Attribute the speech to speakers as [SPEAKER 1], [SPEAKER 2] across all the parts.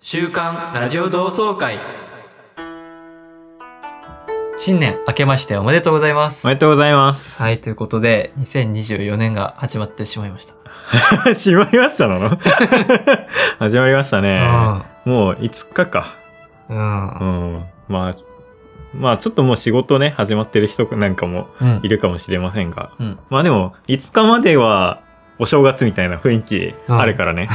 [SPEAKER 1] 週刊ラジオ同窓会
[SPEAKER 2] 新年明けましておめでとうございます。
[SPEAKER 1] おめでとうございます。
[SPEAKER 2] はい、ということで、2024年が始まってしまいました。
[SPEAKER 1] 始まりま したなの 始まりましたね。もう5日か。
[SPEAKER 2] うん。
[SPEAKER 1] う
[SPEAKER 2] うん。
[SPEAKER 1] ん。まあ、まあちょっともう仕事ね、始まってる人なんかも
[SPEAKER 2] うん
[SPEAKER 1] い。るかもしれませんが。
[SPEAKER 2] うん。
[SPEAKER 1] まあでも、5日まではお正月みたいな雰囲気ある からね。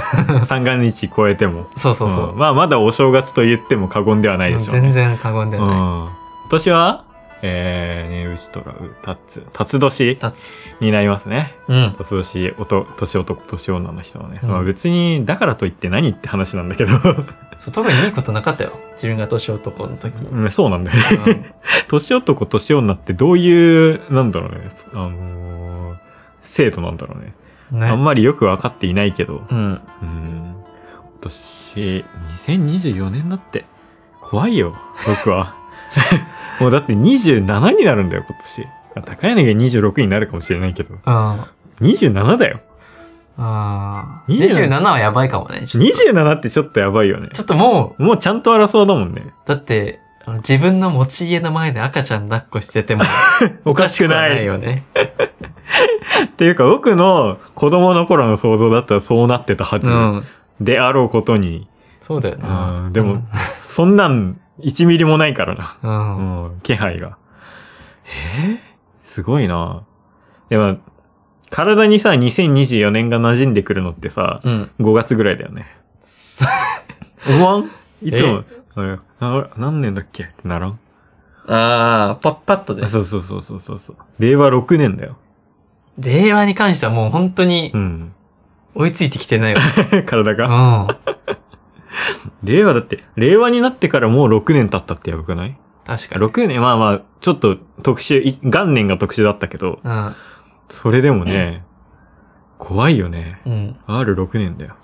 [SPEAKER 1] 三が日超えても。
[SPEAKER 2] そうそうそう。
[SPEAKER 1] んまあまだお正月と言っても過言ではないでしょうね。
[SPEAKER 2] 全然過言では
[SPEAKER 1] うん。
[SPEAKER 2] ない。
[SPEAKER 1] 今年は、えー、ね、うちとらう、たつ、たつ年
[SPEAKER 2] 立つ。
[SPEAKER 1] になりますね。
[SPEAKER 2] うん。
[SPEAKER 1] たつ年、おと、年男、年女の人はね。
[SPEAKER 2] うん
[SPEAKER 1] まあ別に、だからといって何って話なんだけど。
[SPEAKER 2] そう、特にいいことなかったよ。自分が年男の時に。
[SPEAKER 1] うんそうなんだよね。 年男、年女ってどういう、なんだろうね。あのー、制度なんだろうね。
[SPEAKER 2] うんね
[SPEAKER 1] あんまりよくわかっていないけど。
[SPEAKER 2] うん。
[SPEAKER 1] うん。今年、2024年だって、怖いよ、僕は。 もうだって27になるんだよ、今年。あ高柳が26になるかもしれないけど。
[SPEAKER 2] うん。
[SPEAKER 1] 27だよ。
[SPEAKER 2] あー
[SPEAKER 1] 27
[SPEAKER 2] 27はやばいかもね。ちょっ
[SPEAKER 1] 27ってちょっとやばいよね
[SPEAKER 2] と。ちょっとも
[SPEAKER 1] もうちゃんと争うだもんね。
[SPEAKER 2] う、だって、あの自分の持ち家の前で赤ちゃん抱っこしてても
[SPEAKER 1] おかしく
[SPEAKER 2] は
[SPEAKER 1] ない。
[SPEAKER 2] よね。
[SPEAKER 1] っていうか、僕の子供の頃の想像だったらそうなってたはず。
[SPEAKER 2] うん。
[SPEAKER 1] であろうことに。
[SPEAKER 2] そうだよな。
[SPEAKER 1] うんでも、そんなん1ミリもないからな。
[SPEAKER 2] うん、うん。
[SPEAKER 1] うん、気配が。えーすごいなでも、体にさ、2024年が馴染んでくるのってさ、
[SPEAKER 2] うん。
[SPEAKER 1] 5月ぐらいだよね。
[SPEAKER 2] そ
[SPEAKER 1] 思わんいつも、うんな何年だっけってならん
[SPEAKER 2] ああ、パッパッとで
[SPEAKER 1] あ。そうそうそうそうそうそう。令和6年だよ。
[SPEAKER 2] 令和に関してはもう本当に
[SPEAKER 1] うん。
[SPEAKER 2] 追いついてきてない わ。
[SPEAKER 1] 体
[SPEAKER 2] う
[SPEAKER 1] が。
[SPEAKER 2] ん。
[SPEAKER 1] 令和だって、令和になってからもう6年経ったってやばくない
[SPEAKER 2] 確かに。
[SPEAKER 1] ?6 年、まあまあ、ちょっと特殊、い元年が特殊だったけど、
[SPEAKER 2] うん。
[SPEAKER 1] それでもね、怖いよね。
[SPEAKER 2] うん。
[SPEAKER 1] R6 年だよ。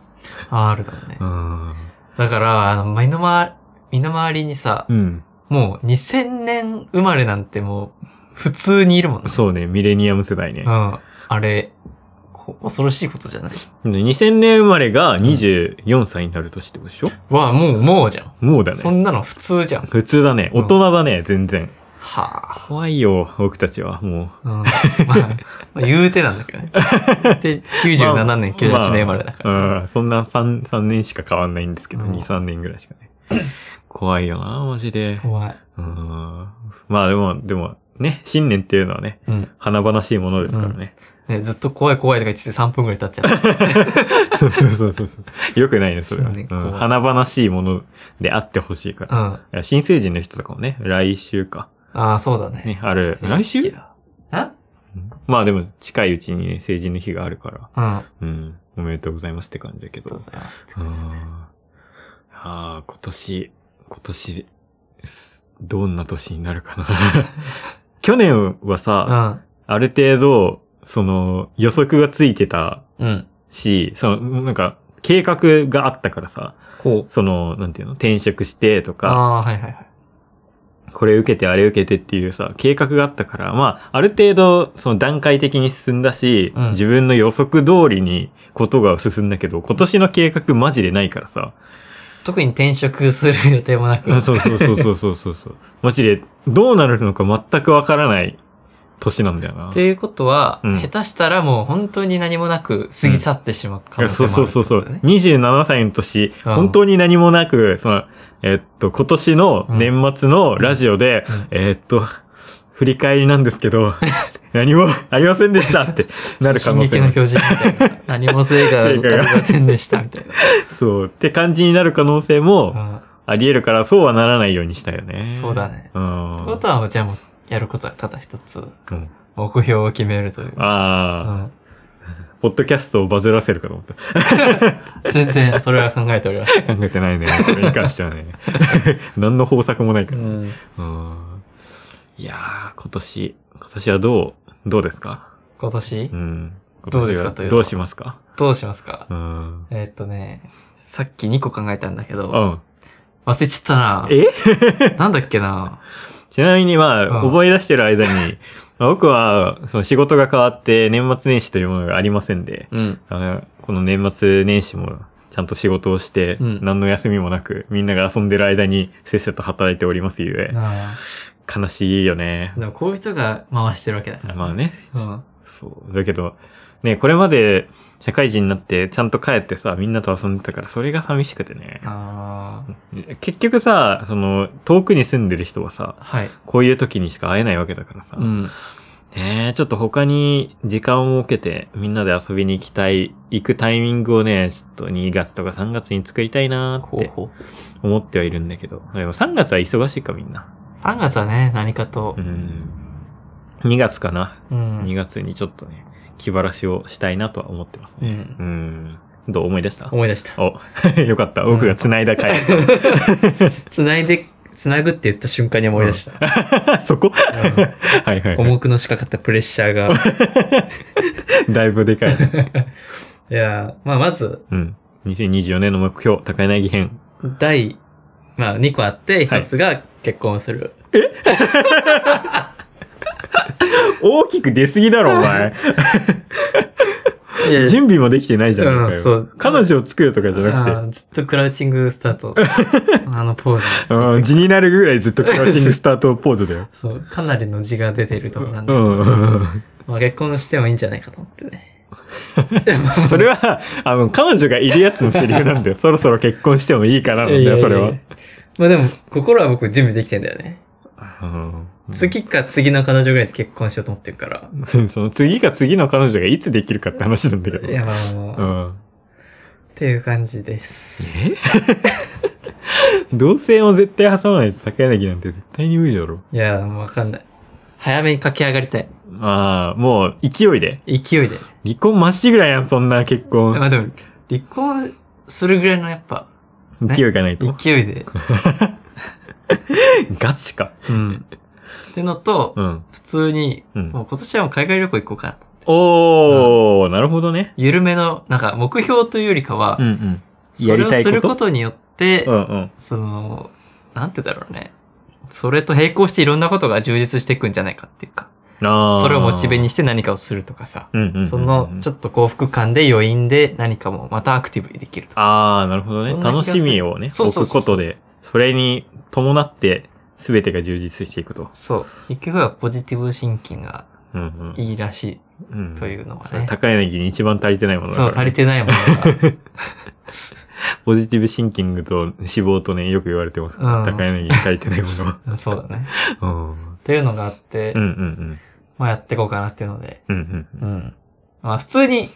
[SPEAKER 2] R だもんね
[SPEAKER 1] う。ん。
[SPEAKER 2] だから、あの、身の回り、身の回りにさ、
[SPEAKER 1] うん。
[SPEAKER 2] もう2000年生まれなんてもう普通にいるもんね。
[SPEAKER 1] そうね、ミレニアム世代ね
[SPEAKER 2] う。ん。あれ、こ恐ろしいことじゃない
[SPEAKER 1] で2000年生まれが24歳になる年ってことでしょ、
[SPEAKER 2] わあ、もう、もうじゃん。
[SPEAKER 1] もうだ
[SPEAKER 2] そ
[SPEAKER 1] ね。
[SPEAKER 2] んなの普通じゃん。
[SPEAKER 1] 普通だね。大人だね、全然。
[SPEAKER 2] はあ。
[SPEAKER 1] 怖いよ、僕たちは、も
[SPEAKER 2] うん。まあ、まあ、言うてなんだ けどね。で、97年、
[SPEAKER 1] まあ
[SPEAKER 2] 98年生まれだか
[SPEAKER 1] う。うん、そんな 3, 3年しか変わんないんですけど、
[SPEAKER 2] うん
[SPEAKER 1] 2、3年ぐらいしかね。怖いよな、マジで
[SPEAKER 2] ら。。怖い。
[SPEAKER 1] うん。まあでも、でも、ね、新年っていうのはね、
[SPEAKER 2] うん。
[SPEAKER 1] 華々しいものですからね。
[SPEAKER 2] ね、ずっと怖い怖いとか言ってて3分ぐらい経っちゃう。
[SPEAKER 1] そうそうそうそうそう。よくないね、それは。う
[SPEAKER 2] 新
[SPEAKER 1] ん
[SPEAKER 2] 年怖い
[SPEAKER 1] 華々しいものであってほしいから。
[SPEAKER 2] うん。あ
[SPEAKER 1] いや新成人の人とかもね、来週か。
[SPEAKER 2] あ、そうだね。
[SPEAKER 1] ね、ある。来週
[SPEAKER 2] ん
[SPEAKER 1] まあでも、近いうちにね、成人の日があるから、
[SPEAKER 2] うん。あ
[SPEAKER 1] うん、おめでとうございますって感じだけ
[SPEAKER 2] りがと
[SPEAKER 1] ど
[SPEAKER 2] うご。ざいます。
[SPEAKER 1] うんああ、今年、今年、すどんな年になるか な。去年は
[SPEAKER 2] う
[SPEAKER 1] さ、
[SPEAKER 2] ん。
[SPEAKER 1] ある程度、その、予測がついてた
[SPEAKER 2] うん。
[SPEAKER 1] し、その、なんか、計画があったからさ、
[SPEAKER 2] こう。
[SPEAKER 1] その、なんていうの、転職してと
[SPEAKER 2] あ
[SPEAKER 1] か、
[SPEAKER 2] あ、はいはいはい。
[SPEAKER 1] これ受けてあれ受けてっていうさ、計画があったから、まあ、ある程度、その段階的に進んだし、
[SPEAKER 2] うん
[SPEAKER 1] 自分の予測通りにことが進んだけど、今年の計画マジでないからさ。
[SPEAKER 2] 特に転職する予定もなく。
[SPEAKER 1] そうそうそうそうそうそうそう。マジで、どうなるのか全くわからない年なんだ よな。
[SPEAKER 2] っていうことは、
[SPEAKER 1] うん
[SPEAKER 2] 下手したらもう本当に何もなく過ぎ去ってしまう可能性
[SPEAKER 1] そう
[SPEAKER 2] もあ
[SPEAKER 1] そ
[SPEAKER 2] るっ
[SPEAKER 1] う
[SPEAKER 2] て
[SPEAKER 1] そ
[SPEAKER 2] こ
[SPEAKER 1] うそ
[SPEAKER 2] と
[SPEAKER 1] う
[SPEAKER 2] だよね。。
[SPEAKER 1] 27歳の年、
[SPEAKER 2] うん
[SPEAKER 1] 本当に何もなく、その、えっと、今年の年末のラジオで、
[SPEAKER 2] うんうん
[SPEAKER 1] えっと、振り返りなんですけど、何もありませんで したってなる可能性
[SPEAKER 2] 進撃
[SPEAKER 1] も
[SPEAKER 2] の巨人みたいな。何も成 果がありませんでしたみたいな。
[SPEAKER 1] そう、って感じになる可能性も
[SPEAKER 2] うん
[SPEAKER 1] あり得るから、そうはならないようにしたよね。
[SPEAKER 2] そうだね。
[SPEAKER 1] うん。
[SPEAKER 2] ことは、じゃあもう、やることはただ一つ、
[SPEAKER 1] うん
[SPEAKER 2] 目標を決めるという。う
[SPEAKER 1] ああ、
[SPEAKER 2] ん、
[SPEAKER 1] ポッドキャストをバズらせるかと思った。
[SPEAKER 2] 全然、それは考えておりません。
[SPEAKER 1] 考えてないね。これに関してはね。何の方策もない か
[SPEAKER 2] う
[SPEAKER 1] ら。
[SPEAKER 2] ん、
[SPEAKER 1] うん。いやー、今年、今年はどう、どうですか
[SPEAKER 2] 今年
[SPEAKER 1] う、ん。
[SPEAKER 2] どうですか
[SPEAKER 1] 今年は
[SPEAKER 2] というと
[SPEAKER 1] どうしますか
[SPEAKER 2] どうしますか
[SPEAKER 1] うん。
[SPEAKER 2] えーっとね、さっき2個考えたんだけ
[SPEAKER 1] う
[SPEAKER 2] ど、
[SPEAKER 1] ん。
[SPEAKER 2] 忘れちゃったな。
[SPEAKER 1] え
[SPEAKER 2] なんだっけな。
[SPEAKER 1] ちなみにまあ、
[SPEAKER 2] うん
[SPEAKER 1] 覚え出してる間に、まあ僕は、その仕事が変わって年末年始というものがありませんで、
[SPEAKER 2] うん。
[SPEAKER 1] あのこの年末年始もちゃんと仕事をして、
[SPEAKER 2] うん
[SPEAKER 1] 何の休みもなく、みんなが遊んでる間にせっせと働いておりますゆえ、
[SPEAKER 2] あ
[SPEAKER 1] 悲しいよね
[SPEAKER 2] あ。。でもこういう人が回してるわけだから。
[SPEAKER 1] まあね、
[SPEAKER 2] うん。
[SPEAKER 1] そう。だけど、ね、これまで社会人になってちゃんと帰ってさ、みんなと遊んでたから、それが寂しくてね。
[SPEAKER 2] あ
[SPEAKER 1] 結局さ、その、遠くに住んでる人はさ
[SPEAKER 2] あ。、はい。
[SPEAKER 1] こういう時にしか会えないわけだからさ。
[SPEAKER 2] うん。
[SPEAKER 1] ねえ、ちょっと他に時間を設けて、みんなで遊びに行きたい、行くタイミングをね、ちょっと2月とか3月に作りたいなーっ
[SPEAKER 2] ほう
[SPEAKER 1] て
[SPEAKER 2] ほ
[SPEAKER 1] 思ってはいるんだけど。でも3月は忙しいか、みんな。
[SPEAKER 2] う。3月はね、何かと
[SPEAKER 1] う。ん。2月かな。
[SPEAKER 2] うん。
[SPEAKER 1] 2月にちょっとね、気晴らしをしたいなとは思ってます
[SPEAKER 2] う
[SPEAKER 1] ね。
[SPEAKER 2] ん
[SPEAKER 1] う。ん。どう思い出した
[SPEAKER 2] 思い出した。
[SPEAKER 1] お、 よかった。僕が繋いだ回。
[SPEAKER 2] 繋いで、繋ぐって言った瞬間に思い出した。
[SPEAKER 1] そこ
[SPEAKER 2] うん
[SPEAKER 1] はいはいはい。
[SPEAKER 2] 重くのしかかったプレッシャーが。
[SPEAKER 1] だいぶでかい。
[SPEAKER 2] いやーまあまず、
[SPEAKER 1] うん。2024年の目標、高柳編。
[SPEAKER 2] 第、まあ2個あって、
[SPEAKER 1] は
[SPEAKER 2] 1
[SPEAKER 1] い
[SPEAKER 2] つが結婚する。
[SPEAKER 1] 大きく出すぎだろ、お前。
[SPEAKER 2] いやいや
[SPEAKER 1] 準備もできてないじゃないか
[SPEAKER 2] うん
[SPEAKER 1] よ。
[SPEAKER 2] そう
[SPEAKER 1] 彼女を作るとかじゃ
[SPEAKER 2] あ
[SPEAKER 1] な
[SPEAKER 2] ーずっとクラウチングスター ト。あのポーズ
[SPEAKER 1] くて。うん、字になるぐらいずっとクラウチングスタートポーズだよ。
[SPEAKER 2] そう、かなりの字が出てるとこなんで、
[SPEAKER 1] うん。
[SPEAKER 2] まあ結婚してもいいんじゃないかと思ってね。
[SPEAKER 1] それは、あの、彼女がいるやつのセリフ なんだよ。そろそろ結婚してもいいかななんだ
[SPEAKER 2] いやいや
[SPEAKER 1] よ、
[SPEAKER 2] いや
[SPEAKER 1] それは。。
[SPEAKER 2] まあでも、心は僕準備できてんだよね。
[SPEAKER 1] うん
[SPEAKER 2] 次か次の彼女ぐらいで結婚しようと思ってるから。
[SPEAKER 1] その次が次の彼女がいつできるかって話なんだけど。
[SPEAKER 2] いや、まあまあ
[SPEAKER 1] う
[SPEAKER 2] まあ、っ
[SPEAKER 1] ん。
[SPEAKER 2] ていう感じです。
[SPEAKER 1] え同性も絶対挟まないと高柳なんて絶対に無理だろ。
[SPEAKER 2] いや、もうわかんない。早めに駆け上がりたい。
[SPEAKER 1] ああ、もう勢いで。
[SPEAKER 2] 勢いで。
[SPEAKER 1] 離婚まっしぐらいやん、そんな結
[SPEAKER 2] ま
[SPEAKER 1] 婚。
[SPEAKER 2] あでも、離婚するぐらいのやっぱ、
[SPEAKER 1] 勢いがないと。
[SPEAKER 2] 勢いで。
[SPEAKER 1] ガチか。
[SPEAKER 2] うん。ってのと、
[SPEAKER 1] うん。
[SPEAKER 2] 普通に、
[SPEAKER 1] うん。
[SPEAKER 2] もう今年はもう海外旅行行こうかなと。
[SPEAKER 1] おー、なるほどね。
[SPEAKER 2] 緩めの、なんか目標というよりかは、
[SPEAKER 1] うんうん。
[SPEAKER 2] それ
[SPEAKER 1] やり
[SPEAKER 2] を
[SPEAKER 1] たいこ
[SPEAKER 2] す
[SPEAKER 1] と
[SPEAKER 2] ることによって、
[SPEAKER 1] うんうん。
[SPEAKER 2] その、なんて言うんだろうね。それと並行していろんなことが充実していくんじゃないかっていうか、
[SPEAKER 1] あー
[SPEAKER 2] それをモチベにして何かをするとかさ、
[SPEAKER 1] うんうんうんうん。
[SPEAKER 2] そのちょっと幸福感で余韻で何かもまたアクティブにできるとか。
[SPEAKER 1] ああ、なるほどね
[SPEAKER 2] そ。んな気が
[SPEAKER 1] 楽
[SPEAKER 2] する
[SPEAKER 1] しみをね、
[SPEAKER 2] そう
[SPEAKER 1] 置
[SPEAKER 2] そう
[SPEAKER 1] く
[SPEAKER 2] そう
[SPEAKER 1] ことで、それに伴って全てが充実していくと。
[SPEAKER 2] そう。結局はポジティブシンキングが
[SPEAKER 1] うん
[SPEAKER 2] いいらし
[SPEAKER 1] うん。うん
[SPEAKER 2] いというのは
[SPEAKER 1] それ
[SPEAKER 2] ね。
[SPEAKER 1] 高柳に一番足りてないものだか
[SPEAKER 2] そ
[SPEAKER 1] ら
[SPEAKER 2] う、
[SPEAKER 1] ね、
[SPEAKER 2] 足りてないもの
[SPEAKER 1] ポジティブシンキングと脂肪とね、よく言われてます。
[SPEAKER 2] うん
[SPEAKER 1] 高柳に足りてないものは。
[SPEAKER 2] が。 そうだね。
[SPEAKER 1] うん。
[SPEAKER 2] っていうのがあって、
[SPEAKER 1] うんうん
[SPEAKER 2] まあやっていこうかなっていうので。
[SPEAKER 1] うん。うんうん。
[SPEAKER 2] うん。まあ普通に、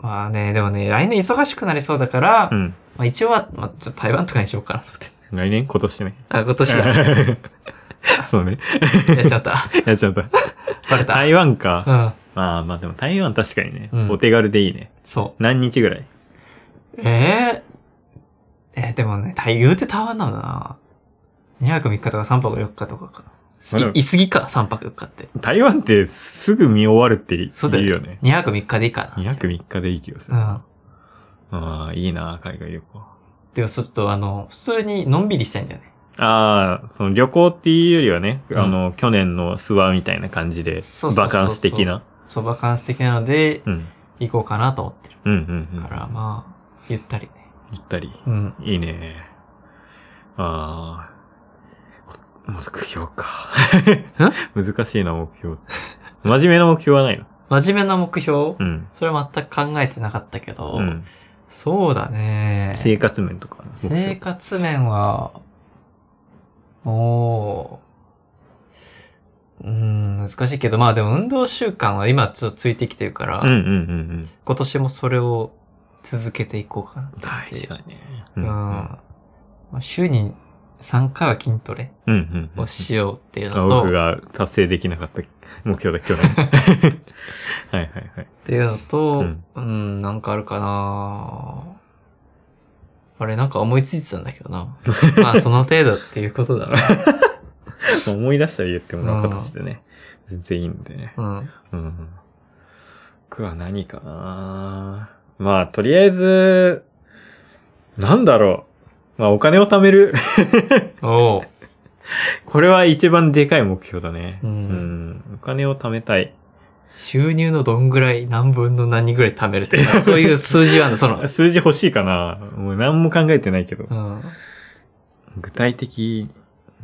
[SPEAKER 2] まあね、でもね、来年忙しくなりそうだから、
[SPEAKER 1] うん。
[SPEAKER 2] まあ一応は、まあちょっと台湾とかにしようかなと思って。
[SPEAKER 1] 来年今年ね。
[SPEAKER 2] あ、今年だ。
[SPEAKER 1] そうね。
[SPEAKER 2] やっちゃった。
[SPEAKER 1] やっちゃった。
[SPEAKER 2] バレた。
[SPEAKER 1] 台湾か。
[SPEAKER 2] うん。
[SPEAKER 1] まあまあでも台湾確かにね、
[SPEAKER 2] うん
[SPEAKER 1] お手軽でいいね。
[SPEAKER 2] そ。
[SPEAKER 1] 何日ぐらいう
[SPEAKER 2] えー、えーでもね、台言うて台湾なんだな。2泊3日とか3泊4日とかか
[SPEAKER 1] まあで
[SPEAKER 2] な
[SPEAKER 1] も。
[SPEAKER 2] い、いすぎか、3泊4日って。
[SPEAKER 1] 台湾ってすぐ見終わるって言
[SPEAKER 2] そうだ
[SPEAKER 1] うよ
[SPEAKER 2] よ
[SPEAKER 1] ね。
[SPEAKER 2] 2泊3日でいいかな。
[SPEAKER 1] 2泊3日でいい気がす
[SPEAKER 2] う
[SPEAKER 1] る。
[SPEAKER 2] ん。
[SPEAKER 1] ああ、いいな、海外旅行。
[SPEAKER 2] でもちょっとあの、普通にのんびりしたいんだよね。
[SPEAKER 1] ああ、その旅行っていうよりはね、
[SPEAKER 2] うん
[SPEAKER 1] あの、去年の諏訪みたいな感じで
[SPEAKER 2] そう、そうそう
[SPEAKER 1] バ
[SPEAKER 2] そう
[SPEAKER 1] カンス的な。
[SPEAKER 2] そう、バカンス的なので、
[SPEAKER 1] うん。
[SPEAKER 2] 行こうかなと思ってる
[SPEAKER 1] うんうんうん。
[SPEAKER 2] から、まあ、ゆったりね。
[SPEAKER 1] 行ったり。
[SPEAKER 2] うん。
[SPEAKER 1] いいね。ああ。目標か。難しいな、目標。真面目な目標はないの
[SPEAKER 2] 真面目な目標、
[SPEAKER 1] うん。
[SPEAKER 2] それは全く考えてなかったけど、
[SPEAKER 1] うん。
[SPEAKER 2] そうだね。
[SPEAKER 1] 生活面とか。目標
[SPEAKER 2] 生活面は、おーうーん、難しいけど、まあでも運動習慣は今ちょっとついてきてるから、
[SPEAKER 1] うんうんうん
[SPEAKER 2] 今年もそれを続けていこうかな
[SPEAKER 1] うん。
[SPEAKER 2] っ
[SPEAKER 1] 大
[SPEAKER 2] てい
[SPEAKER 1] 事
[SPEAKER 2] う。
[SPEAKER 1] だね。
[SPEAKER 2] う。
[SPEAKER 1] うんうん
[SPEAKER 2] まあ週に3回は筋トレ
[SPEAKER 1] うん。
[SPEAKER 2] をしようっていう
[SPEAKER 1] あ
[SPEAKER 2] のと、
[SPEAKER 1] 僕
[SPEAKER 2] っ
[SPEAKER 1] が達成できなかった目標だ、去年。はいはいはい。
[SPEAKER 2] ていうのと、
[SPEAKER 1] う
[SPEAKER 2] うんん、なんかあるかなあれ、なんか思いついてたんだけどな。 まあその程度っていうことだな。
[SPEAKER 1] まあ思い出したら言ってもらう形でね。全然いいんでね。
[SPEAKER 2] うん。
[SPEAKER 1] うん。僕は何かなまあ、とりあえず、なんだろう。まあ、お金を貯める。
[SPEAKER 2] おう。
[SPEAKER 1] これは一番でかい目標だね。
[SPEAKER 2] うん
[SPEAKER 1] お金を貯めたい。
[SPEAKER 2] 収入のどんぐらい、何分の何ぐらい貯めると か、そういう数字はあるの、その。
[SPEAKER 1] 数字欲しいかなもう何も考えてないけど。
[SPEAKER 2] うん。
[SPEAKER 1] 具体的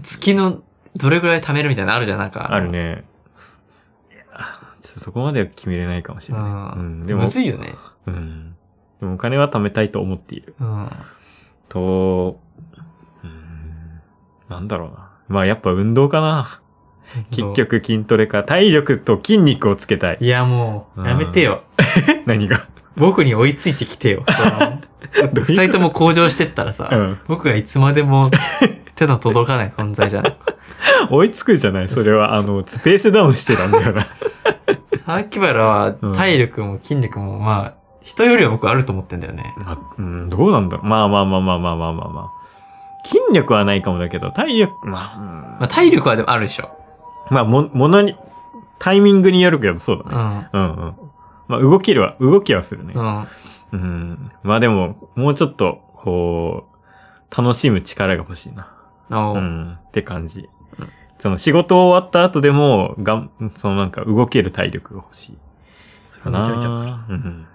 [SPEAKER 2] 月のどれぐらい貯めるみたいなのあるじゃん、なんか。
[SPEAKER 1] ある。ね。いやちょっとそこまでは決めれないかもしれない。
[SPEAKER 2] う
[SPEAKER 1] うん、
[SPEAKER 2] で
[SPEAKER 1] で
[SPEAKER 2] も。
[SPEAKER 1] も
[SPEAKER 2] む、ずいよね。
[SPEAKER 1] うん。でもお金は貯めたいと思っている。
[SPEAKER 2] うん。
[SPEAKER 1] と、うん、なんだろうな。まあやっぱ運動かな。結。局筋トレか。体力と筋肉をつけたい。
[SPEAKER 2] いや、もう、やめてよ。
[SPEAKER 1] 何 が。
[SPEAKER 2] 僕に追いついてきて よ。
[SPEAKER 1] どういうこと
[SPEAKER 2] 二人とも向上してったらさ、
[SPEAKER 1] うん。
[SPEAKER 2] 僕がいつまでも手の届かない存在じゃん。
[SPEAKER 1] 追いつくじゃないそれは、あの、スペースダウンしてたんだよな。
[SPEAKER 2] 榊原は
[SPEAKER 1] うん
[SPEAKER 2] 体力も筋力も、まあ、人よりは僕あると思ってんだよね。
[SPEAKER 1] まあ、うん、どうなんだろう。まあまあまあまあまあまあまあまあ。筋力はないかもだけど、体力、まあ、
[SPEAKER 2] まあ、体力はでもあるでしょ。
[SPEAKER 1] まあ、も、ものに、タイミングによるけど、そう
[SPEAKER 2] う
[SPEAKER 1] だね。
[SPEAKER 2] ん。
[SPEAKER 1] うんうん。まあ、動きるは、動きはするね
[SPEAKER 2] う。ん。
[SPEAKER 1] うん。まあでも、もうちょっと、こう、楽しむ力が欲しいな。
[SPEAKER 2] お
[SPEAKER 1] う。
[SPEAKER 2] うん
[SPEAKER 1] って感じ
[SPEAKER 2] うん。
[SPEAKER 1] その仕事終わった後でも、がん、そのなんか動ける体力が欲しい。
[SPEAKER 2] そ
[SPEAKER 1] か
[SPEAKER 2] れめちゃめちゃ。
[SPEAKER 1] な。うん。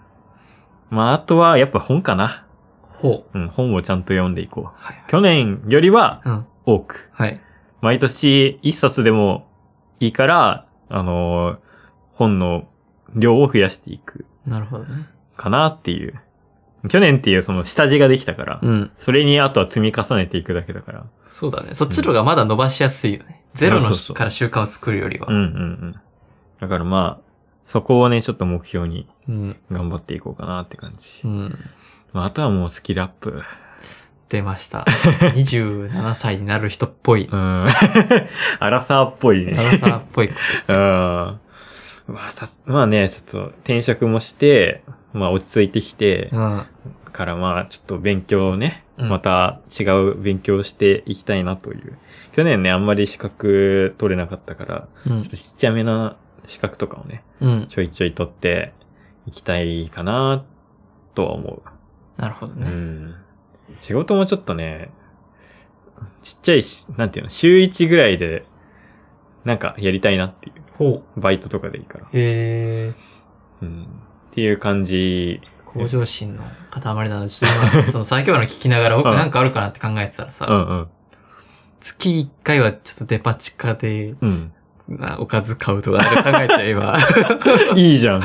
[SPEAKER 1] まあ、あとは、やっぱ本かな。
[SPEAKER 2] ほう。
[SPEAKER 1] うん、本をちゃんと読んでいこう。
[SPEAKER 2] はいはい。
[SPEAKER 1] 去年よりは
[SPEAKER 2] うん。
[SPEAKER 1] 多く。
[SPEAKER 2] はい。
[SPEAKER 1] 毎年一冊でもいいから、あのー本の量を増やしていく
[SPEAKER 2] なるほどね。
[SPEAKER 1] かなっていう。去年っていうその下地ができたから、
[SPEAKER 2] うん。
[SPEAKER 1] それにあとは積み重ねていくだけだから。
[SPEAKER 2] そうだね。そっちの方がまだ伸ばしやすいよね。ゼロ
[SPEAKER 1] そ
[SPEAKER 2] の
[SPEAKER 1] うそうそう
[SPEAKER 2] から習慣を作るよりは
[SPEAKER 1] うん。うんうん。だからまあ、そこをね、ちょっと目標に
[SPEAKER 2] うん。
[SPEAKER 1] 頑張っていこうかなって感じ。
[SPEAKER 2] うん。
[SPEAKER 1] まあ、あとはもうスキルアップ。
[SPEAKER 2] 出ました。27歳になる人っぽい。
[SPEAKER 1] うん。 アラサーっぽいね。
[SPEAKER 2] 長さっぽい。
[SPEAKER 1] ああ。まあさす、まあね、ちょっと転職もして、まあ落ち着いてきて
[SPEAKER 2] う、ん。
[SPEAKER 1] からまあちょっと勉強をね、
[SPEAKER 2] うん
[SPEAKER 1] また違う勉強をしていきたいなという。去年ね、あんまり資格取れなかったから、
[SPEAKER 2] う
[SPEAKER 1] ちょ
[SPEAKER 2] ん
[SPEAKER 1] っと。ちっちゃめな資格とかをね、
[SPEAKER 2] うん。
[SPEAKER 1] ちょいちょい取っていきたいかな、とは思
[SPEAKER 2] なるほど
[SPEAKER 1] う。う
[SPEAKER 2] ね。
[SPEAKER 1] ん。仕事もちょっとね、ちっちゃいし、なんていうの、週1ぐらいで、なんかやりたいなっていう。
[SPEAKER 2] ほ
[SPEAKER 1] バイトとかでいいから。
[SPEAKER 2] う。へえ。
[SPEAKER 1] うんっていう感じ。
[SPEAKER 2] 向上心の塊だなの。ちょっと今、その最強の聞きながら、僕
[SPEAKER 1] うん
[SPEAKER 2] なんかあるかなって考えてたら
[SPEAKER 1] う
[SPEAKER 2] さ、
[SPEAKER 1] んうん。
[SPEAKER 2] 月1回はちょっとデパ地下で、
[SPEAKER 1] うん。
[SPEAKER 2] なおかず買うとか、なんか考えてたよ、 今。
[SPEAKER 1] いいじ ゃん。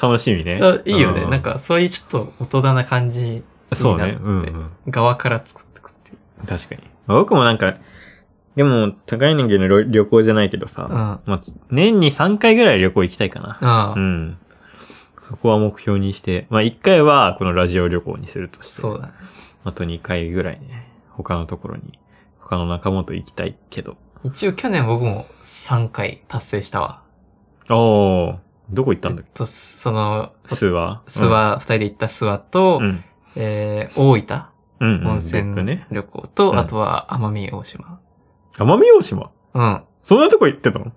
[SPEAKER 1] 楽しみね
[SPEAKER 2] あ。いいよね。
[SPEAKER 1] う
[SPEAKER 2] なん、か、そういうちょっと大人な感じ、
[SPEAKER 1] そうね。
[SPEAKER 2] いいな
[SPEAKER 1] う
[SPEAKER 2] と
[SPEAKER 1] ん、
[SPEAKER 2] 思
[SPEAKER 1] う
[SPEAKER 2] って
[SPEAKER 1] ん。
[SPEAKER 2] 側から作っていくっていう。
[SPEAKER 1] 確かに。僕もなんか、でも、高い人間の旅旅行じゃないけどさ、
[SPEAKER 2] うん。あ
[SPEAKER 1] まあ、年に3回ぐらい旅行行きたいかな。
[SPEAKER 2] あ、
[SPEAKER 1] うん。そこは目標にして、まあ1回はこのラジオ旅行にするとして、
[SPEAKER 2] そうだね。
[SPEAKER 1] あと2回ぐらいね、他のところに、他の仲間と行きたいけど。
[SPEAKER 2] 一応去年僕も3回達成したわ。
[SPEAKER 1] おー、どこ行ったんだっ
[SPEAKER 2] えっと、その、
[SPEAKER 1] け諏訪
[SPEAKER 2] 諏訪、二人で行った諏訪と、
[SPEAKER 1] うん。
[SPEAKER 2] えー、大分
[SPEAKER 1] うん、うん。
[SPEAKER 2] 温
[SPEAKER 1] 別府ね
[SPEAKER 2] 泉。旅行と、
[SPEAKER 1] うん
[SPEAKER 2] あとは奄美大島。
[SPEAKER 1] 奄美大島
[SPEAKER 2] うん。
[SPEAKER 1] そんなとこ行ってたの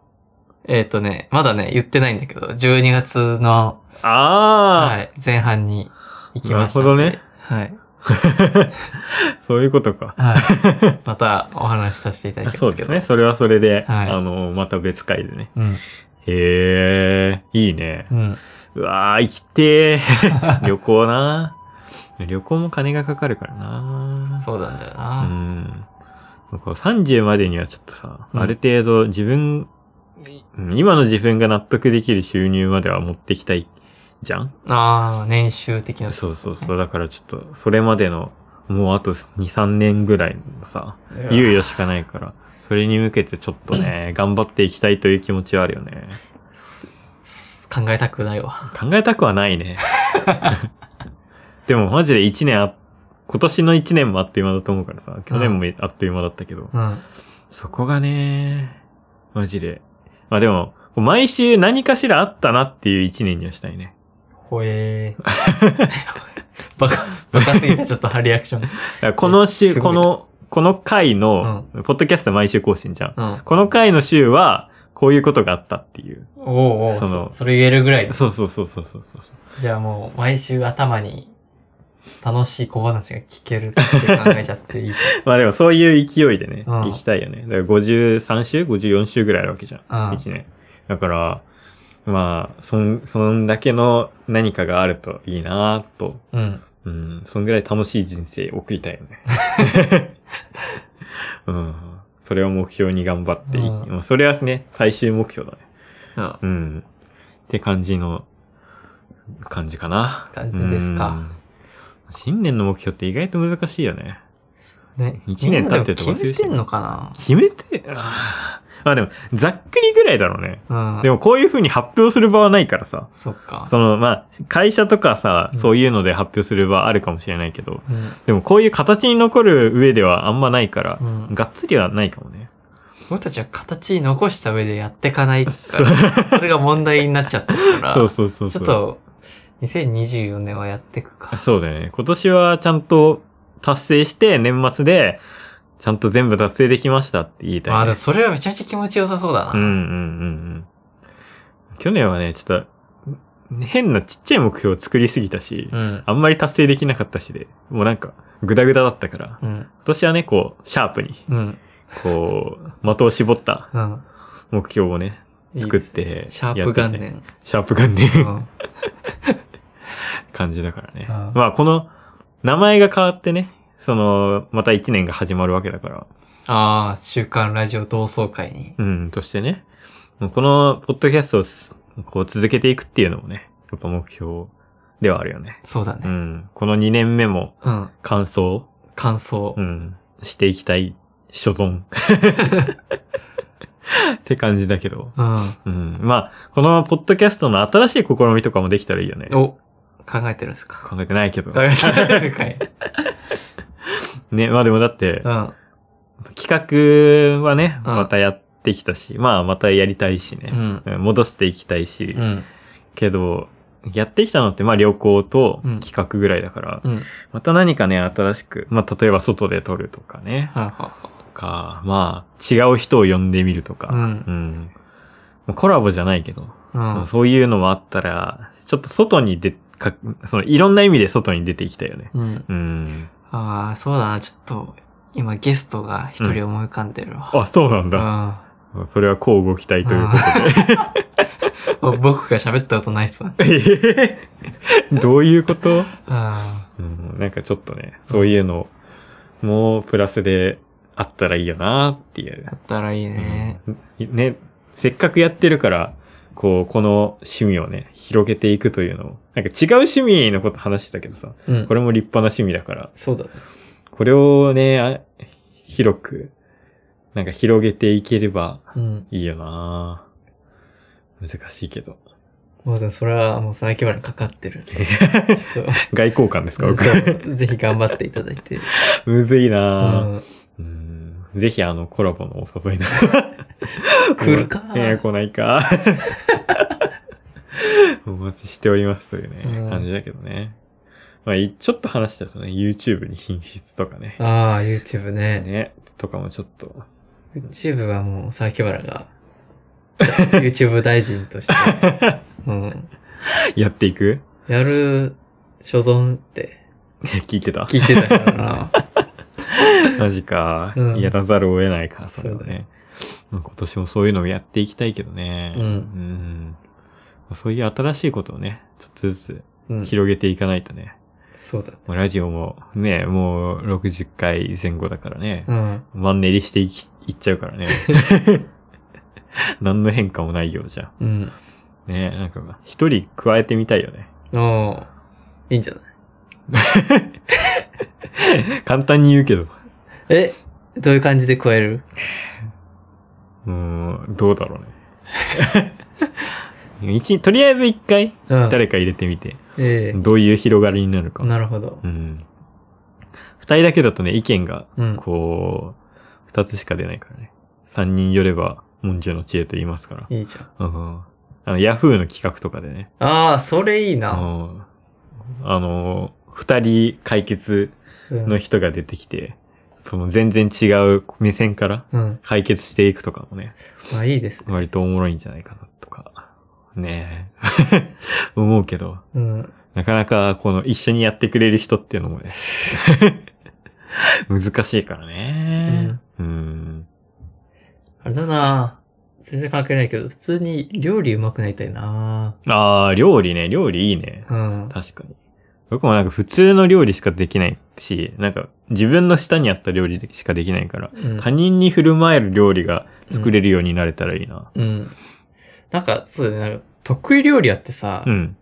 [SPEAKER 2] えっ、とね、まだね、言ってないんだけど、12月の、は
[SPEAKER 1] あ
[SPEAKER 2] い、前半に行きましたんで。
[SPEAKER 1] なるほどね。
[SPEAKER 2] はい。
[SPEAKER 1] あ、そういうことか。
[SPEAKER 2] はい。 またお話しさせていただき
[SPEAKER 1] そ
[SPEAKER 2] ま
[SPEAKER 1] う
[SPEAKER 2] すけ
[SPEAKER 1] で
[SPEAKER 2] ど。
[SPEAKER 1] すね。それはそれで、
[SPEAKER 2] はい
[SPEAKER 1] あの、また別回でね。
[SPEAKER 2] うん。
[SPEAKER 1] へえ、いいね
[SPEAKER 2] う。ん。
[SPEAKER 1] うわー、行きてー。 旅行な旅行も金がかかるからな
[SPEAKER 2] そうなんだよ
[SPEAKER 1] う
[SPEAKER 2] な。
[SPEAKER 1] ん。こう30までにはちょっとさ、
[SPEAKER 2] うん
[SPEAKER 1] ある程度自分、うん今の自分が納得できる収入までは持ってきたいじゃん
[SPEAKER 2] ああ、年収的な。
[SPEAKER 1] そうそうそう。だからちょっと、それまでの、もうあと2、3年ぐらいのさ、猶予しかないから、それに向けてちょっ とね、頑張っていきたいという気持ちはあるよね。
[SPEAKER 2] すす考えたくないわ。
[SPEAKER 1] 考えたくはないね。でもマジで1年あ、今年の1年もあっという間だと思うからさ、去年もあっという間だったけど、
[SPEAKER 2] うん。
[SPEAKER 1] そこがね、マジで。まあでも、毎週何かしらあったなっていう1年にはしたいね。
[SPEAKER 2] ほえー。 バカ、バカすぎた、ちょっとリアクション。
[SPEAKER 1] だからこの
[SPEAKER 2] え
[SPEAKER 1] 週、
[SPEAKER 2] すご
[SPEAKER 1] こ
[SPEAKER 2] い
[SPEAKER 1] の、この回の、ポッドキャスト毎週更新じゃん。
[SPEAKER 2] うん。
[SPEAKER 1] この回の週は、こういうことがあったっていう。
[SPEAKER 2] おうおう
[SPEAKER 1] その
[SPEAKER 2] そそれ言えるぐらい。
[SPEAKER 1] そうそうそうそうそうそう。
[SPEAKER 2] じゃあもう、毎週頭に、楽しい小話が聞けるって考えちゃっていい。
[SPEAKER 1] まあでもそういう勢いでね、
[SPEAKER 2] うん
[SPEAKER 1] 行きたいよね。だから53週 ?54 週ぐらいあるわけじゃん。
[SPEAKER 2] うん
[SPEAKER 1] 1年。だから、まあ、そん、そんだけの何かがあるといいなぁと。
[SPEAKER 2] うん。
[SPEAKER 1] うん、そんぐらい楽しい人生送りたいよね。 うん。それを目標に頑張っていき、
[SPEAKER 2] うん
[SPEAKER 1] まあそれはね、最終目標だね。
[SPEAKER 2] あ
[SPEAKER 1] うん。って感じの、感じかな。
[SPEAKER 2] 感じですか
[SPEAKER 1] うん。新年の目標って意外と難しいよね。
[SPEAKER 2] ね。
[SPEAKER 1] 一年経ってると
[SPEAKER 2] みんなで
[SPEAKER 1] 忘れて
[SPEAKER 2] も
[SPEAKER 1] るし
[SPEAKER 2] 決めてんのか
[SPEAKER 1] 決めて、あーまあでも、ざっくりぐらいだろうね。
[SPEAKER 2] なうん。
[SPEAKER 1] でもこういう風に発表する場はないからさ。
[SPEAKER 2] そっか。
[SPEAKER 1] その、まあ、会社とかさ
[SPEAKER 2] う、ん
[SPEAKER 1] そういうので発表する場あるかもしれないけど、
[SPEAKER 2] うん。
[SPEAKER 1] でもこういう形に残る上ではあんまないから、
[SPEAKER 2] うん
[SPEAKER 1] がっつりはないかもね。
[SPEAKER 2] 僕たちは形に残した上でやってかないから、 それが問題になっちゃったから、
[SPEAKER 1] そうそうそうそう。
[SPEAKER 2] ちょっと、2024年はやってくか。
[SPEAKER 1] そうだよね。今年はちゃんと達成して、年末で、ちゃんと全部達成できましたって言いたい、ね。
[SPEAKER 2] まあ、でもそれはめちゃめちゃ気持ちよさそうだ
[SPEAKER 1] うんうん
[SPEAKER 2] な。
[SPEAKER 1] うんうん。去年はね、ちょっと、変なちっちゃい目標を作りすぎたし、
[SPEAKER 2] うん。
[SPEAKER 1] あんまり達成できなかったしで、もうなんか、グダグダだったから、
[SPEAKER 2] うん。
[SPEAKER 1] 今年はね、こう、シャープに、
[SPEAKER 2] うん。
[SPEAKER 1] こう、 的を絞った
[SPEAKER 2] うん。
[SPEAKER 1] 目標をね、
[SPEAKER 2] いい
[SPEAKER 1] 作って
[SPEAKER 2] シャープ元
[SPEAKER 1] やっていきたい。
[SPEAKER 2] 年。
[SPEAKER 1] シャープ元年、
[SPEAKER 2] う
[SPEAKER 1] 感じだからね。
[SPEAKER 2] うん
[SPEAKER 1] まあ、この、名前が変わってね、その、また一年が始まるわけだから、
[SPEAKER 2] ああ、週刊ラジオ同窓会に。
[SPEAKER 1] うん、としてね、もうこの、ポッドキャストをす、こう、続けていくっていうのもね、やっぱ目標ではあるよね。
[SPEAKER 2] そうだ
[SPEAKER 1] う
[SPEAKER 2] ね。
[SPEAKER 1] ん、この2年目も、
[SPEAKER 2] うん。
[SPEAKER 1] 感想、
[SPEAKER 2] 感想
[SPEAKER 1] う。ん、していきたい、所存。って感じだけど。
[SPEAKER 2] うん。
[SPEAKER 1] うん。まあ、このポッドキャストの新しい試みとかもできたらいいよね。
[SPEAKER 2] お、考えてるんですか
[SPEAKER 1] 考えてないけど
[SPEAKER 2] 考。えてるんかい。
[SPEAKER 1] ね、まあでもだって
[SPEAKER 2] う、ん。
[SPEAKER 1] 企画はね、
[SPEAKER 2] うん
[SPEAKER 1] またやってきたし、まあまたやりたいし
[SPEAKER 2] う
[SPEAKER 1] ね。
[SPEAKER 2] ん。
[SPEAKER 1] うん戻していきたいし
[SPEAKER 2] う、ん。
[SPEAKER 1] けど、やってきたのって、まあ旅行と
[SPEAKER 2] うん
[SPEAKER 1] 企画ぐらいだから、
[SPEAKER 2] うん。
[SPEAKER 1] また何かね、新しく、まあ例えば外で撮るとかね、
[SPEAKER 2] はんは
[SPEAKER 1] とか、まあ違う人を呼んでみると
[SPEAKER 2] ん
[SPEAKER 1] か、
[SPEAKER 2] は
[SPEAKER 1] うん。まあコラボじゃないけど、
[SPEAKER 2] ん。うん。
[SPEAKER 1] そういうのもあったら、ちょっと外に出、か、その、いろんな意味で外に出ていきたいよね。
[SPEAKER 2] うん。
[SPEAKER 1] うん。
[SPEAKER 2] ああ、そうだな、ちょっと、今ゲストが一人思い浮かんでるわ。
[SPEAKER 1] あ、そうなん
[SPEAKER 2] うん
[SPEAKER 1] だ。それは交互期待という
[SPEAKER 2] うん僕が喋ったことない人だ。
[SPEAKER 1] ことで。 どういうこと、
[SPEAKER 2] うん
[SPEAKER 1] うん、なんかちょっとね、そういうのもプラスであったらいいよなっていう
[SPEAKER 2] だ。ったらいいね。
[SPEAKER 1] うんね、せっかくやってるから、こう、この趣味をね、広げていくというのを。なんか違う趣味のこと話してたけどさ、
[SPEAKER 2] うん
[SPEAKER 1] こ。れも立派な趣味だから、
[SPEAKER 2] そうだね。
[SPEAKER 1] これをね、あ広く、なんか広げていければ
[SPEAKER 2] うん。
[SPEAKER 1] いいよな難しいけど。
[SPEAKER 2] もうでもそれはもう最近までかか ってる。そう。
[SPEAKER 1] 外交 官ですか僕。
[SPEAKER 2] そうぜひ頑張っていただいて。
[SPEAKER 1] むずいうな、
[SPEAKER 2] ん。
[SPEAKER 1] うん、ぜひあのコラボのお誘いな。
[SPEAKER 2] 来るか
[SPEAKER 1] ええ来ないか。 お待ちしておりますというね、
[SPEAKER 2] うん
[SPEAKER 1] 感じだけどね。まあ、いちょっと話したとね、YouTube に進出とかね。
[SPEAKER 2] ああ、YouTube ね。
[SPEAKER 1] ね。とかもちょっと。
[SPEAKER 2] YouTube はもう、榊原が、YouTube 大臣として、 うん。
[SPEAKER 1] やっていく
[SPEAKER 2] やる所存って
[SPEAKER 1] 聞いてた
[SPEAKER 2] 聞いてたから な。
[SPEAKER 1] マジか。
[SPEAKER 2] うん
[SPEAKER 1] やらざるを得ないか、それは
[SPEAKER 2] そうだよ
[SPEAKER 1] ね。まあ今年もそういうのをやっていきたいけどね。
[SPEAKER 2] うん
[SPEAKER 1] んそういう新しいことをね、ちょっとずつ
[SPEAKER 2] うん。
[SPEAKER 1] 広げていかないとね。
[SPEAKER 2] そうだ。
[SPEAKER 1] もうラジオもね、もう60回前後だからね。
[SPEAKER 2] うん。
[SPEAKER 1] マンネリしていきいっちゃ うからね。何の変化もないようじゃ
[SPEAKER 2] うん。
[SPEAKER 1] ん。ねなんか、一人加えてみたいよね。
[SPEAKER 2] おーいいんじゃない
[SPEAKER 1] 簡単に言うけど。
[SPEAKER 2] えどういう感じで加える
[SPEAKER 1] うーん、どうだろ うね。一とりあえず一回、
[SPEAKER 2] うん。
[SPEAKER 1] 誰か入れてみて、
[SPEAKER 2] ええ
[SPEAKER 1] どういう広がりになるか。
[SPEAKER 2] なるほど
[SPEAKER 1] う。ん。二人だけだとね、意見が、
[SPEAKER 2] うん。
[SPEAKER 1] こう、二つしか出ないからね。三人寄れば、文殊の知恵と言いますから。
[SPEAKER 2] いいじゃん。
[SPEAKER 1] うん。あの、ヤフーの企画とかでね。
[SPEAKER 2] ああ、それいいうな。
[SPEAKER 1] んあの、二人解決
[SPEAKER 2] うん
[SPEAKER 1] の人が出てきて、その全然違う目線から
[SPEAKER 2] うん。
[SPEAKER 1] 解決していくとかもね、
[SPEAKER 2] まあいいですね。
[SPEAKER 1] 割とおもろいんじゃないかなとか、ね え、思うけど、
[SPEAKER 2] うん。
[SPEAKER 1] なかなかこの一緒にやってくれる人っていうの もね、難しいからね。うん。
[SPEAKER 2] あれだな全然関係ないけど、普通に料理上手くなりたいな
[SPEAKER 1] あー、料理ね、料理いいね。
[SPEAKER 2] うん。
[SPEAKER 1] 確かに。僕もなんか普通の料理しかできないし、なんか自分の舌に合った料理しかできないから、
[SPEAKER 2] うん
[SPEAKER 1] 他人に振る舞える料理が作れるようになれたらいいな。
[SPEAKER 2] うん。なんか、そうだね。なんか得意料理やってさ、
[SPEAKER 1] うん。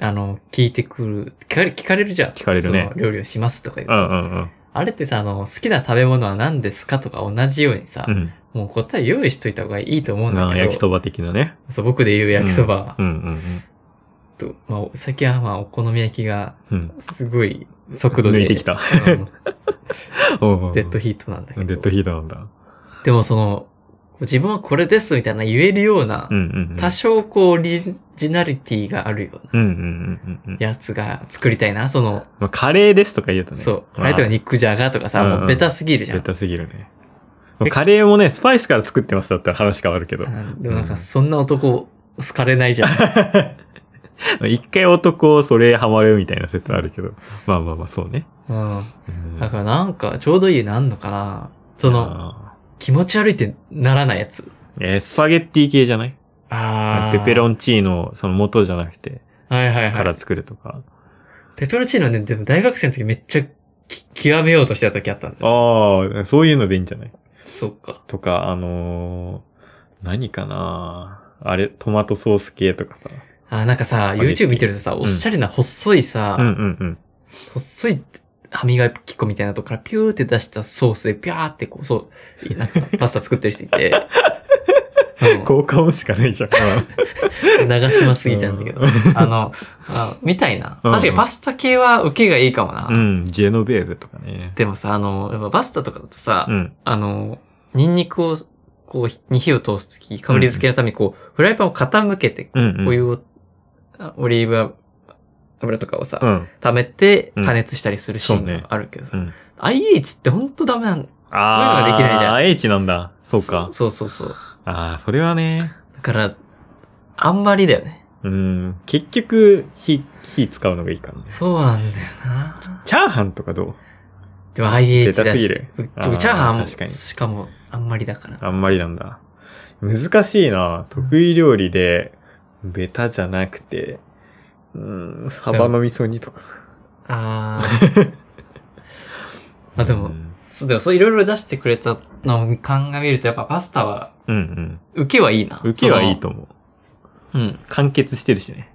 [SPEAKER 2] あの、聞いてくる、聞かれ、聞かれるじゃん。
[SPEAKER 1] 聞かれるね
[SPEAKER 2] その料理をしますとか言う
[SPEAKER 1] う
[SPEAKER 2] と。
[SPEAKER 1] んうん
[SPEAKER 2] あれってさ、あの、好きな食べ物は何ですかとか同じようにさ、
[SPEAKER 1] うん。
[SPEAKER 2] もう答え用意しといた方がいいと思う
[SPEAKER 1] うんん。
[SPEAKER 2] だ
[SPEAKER 1] あー
[SPEAKER 2] けど。
[SPEAKER 1] 焼きそば的なね。
[SPEAKER 2] そう、僕で言う焼きそば
[SPEAKER 1] うんうん
[SPEAKER 2] と、まあ、最近はまあ、お好み焼きが、
[SPEAKER 1] うん。うん。
[SPEAKER 2] すごい速度で。
[SPEAKER 1] 抜いてきた。
[SPEAKER 2] うん
[SPEAKER 1] おうおう
[SPEAKER 2] デッドヒートなんだけど。
[SPEAKER 1] デッドヒートなんだ。
[SPEAKER 2] でもその、こう自分はこれですみたいな言えるような
[SPEAKER 1] う、んうんうん。
[SPEAKER 2] 多少こうオリジナリティがあるような
[SPEAKER 1] うんうんうんうんうん。
[SPEAKER 2] やつが作りたいな。その、
[SPEAKER 1] まあ、カレーですとか言うとね。
[SPEAKER 2] そう。あ
[SPEAKER 1] まあ
[SPEAKER 2] れとか肉じゃがとかさ、
[SPEAKER 1] うんうん
[SPEAKER 2] もうベタすぎるじゃ
[SPEAKER 1] ベ
[SPEAKER 2] ん。
[SPEAKER 1] タすぎるね。もうカレーもね、スパイスから作ってますだったら話変わるけど。
[SPEAKER 2] うんでもなんかそんな男、好かれないじゃ ん。
[SPEAKER 1] 一回男、それハマるみたいな説あるけど。まあまあまあ、そうね。
[SPEAKER 2] うん。
[SPEAKER 1] うん
[SPEAKER 2] だからなんか、ちょうどいいなんのかな。その、
[SPEAKER 1] あ
[SPEAKER 2] 気持ち悪いってならないやつ。
[SPEAKER 1] ーえースパゲッティ系じゃない
[SPEAKER 2] あ
[SPEAKER 1] ペペロ
[SPEAKER 2] ン。
[SPEAKER 1] ンチーノ、その元じゃなくて、
[SPEAKER 2] はいはい
[SPEAKER 1] か
[SPEAKER 2] は
[SPEAKER 1] ら
[SPEAKER 2] い。
[SPEAKER 1] 作るとか。
[SPEAKER 2] ペペロンチーノね、でも大学生の時めっちゃき極めようとしてた時あったんだよ。
[SPEAKER 1] ああ、そういうのでいいんじゃない
[SPEAKER 2] そっか。
[SPEAKER 1] とか、あのー何かなあれ、トマトソース系とかさ。
[SPEAKER 2] あ、なんかさ、YouTube 見てるとさ、おしゃれな細いさ、
[SPEAKER 1] うんうんうん。
[SPEAKER 2] 細い歯磨き粉みたいなとこからピューって出したソースでピャーってこう、そう、なんかパスタ作ってる人いて、 う
[SPEAKER 1] 効果音しかな いじゃん。
[SPEAKER 2] ん、流しますぎたんだけど
[SPEAKER 1] う、
[SPEAKER 2] あの、あみたいな。
[SPEAKER 1] うん
[SPEAKER 2] 確かにパスタ系は受けがいいかもな。
[SPEAKER 1] うん、ジェノベーゼとかね。
[SPEAKER 2] でもさ、あの、やっぱパスタとかだとさ、
[SPEAKER 1] うん。
[SPEAKER 2] あの、ニンニクを、こう、に火を通すとき、香り付けのためにこう、フライパンを傾けて、
[SPEAKER 1] うん、うん。
[SPEAKER 2] お湯を、あオリーブ油とかをさ、
[SPEAKER 1] うん。
[SPEAKER 2] 溜めて
[SPEAKER 1] うん
[SPEAKER 2] 加熱したりするシーンがあるけどさ、
[SPEAKER 1] うん
[SPEAKER 2] IH ってほんとダメなん
[SPEAKER 1] あ
[SPEAKER 2] そういうのが
[SPEAKER 1] あ、
[SPEAKER 2] できないじゃん
[SPEAKER 1] IH なんだ。そうか。
[SPEAKER 2] そうそうそうそう。
[SPEAKER 1] ああ、それはね。
[SPEAKER 2] だから、あんまりだよね。
[SPEAKER 1] うん。結局、火、火使うのがいいからね。
[SPEAKER 2] そうなんだよな。
[SPEAKER 1] チャーハンとかどう
[SPEAKER 2] でも IH だし。
[SPEAKER 1] ベタすぎる
[SPEAKER 2] う
[SPEAKER 1] あー
[SPEAKER 2] チャーハンも、
[SPEAKER 1] 確かに
[SPEAKER 2] しかも、あんまりだから。
[SPEAKER 1] あんまりなんだ。難しいな。得意料理で、ベタじゃなくて、うん、サバの味噌煮とか。
[SPEAKER 2] あー。 あ、で
[SPEAKER 1] う
[SPEAKER 2] も、
[SPEAKER 1] ん
[SPEAKER 2] そう、でも、そういろいろ出してくれたのを鑑みると、やっぱパスタは、
[SPEAKER 1] うん
[SPEAKER 2] 受けはいいな。
[SPEAKER 1] うん。受けはいいと思う。
[SPEAKER 2] その。うん。
[SPEAKER 1] 完結してるしね。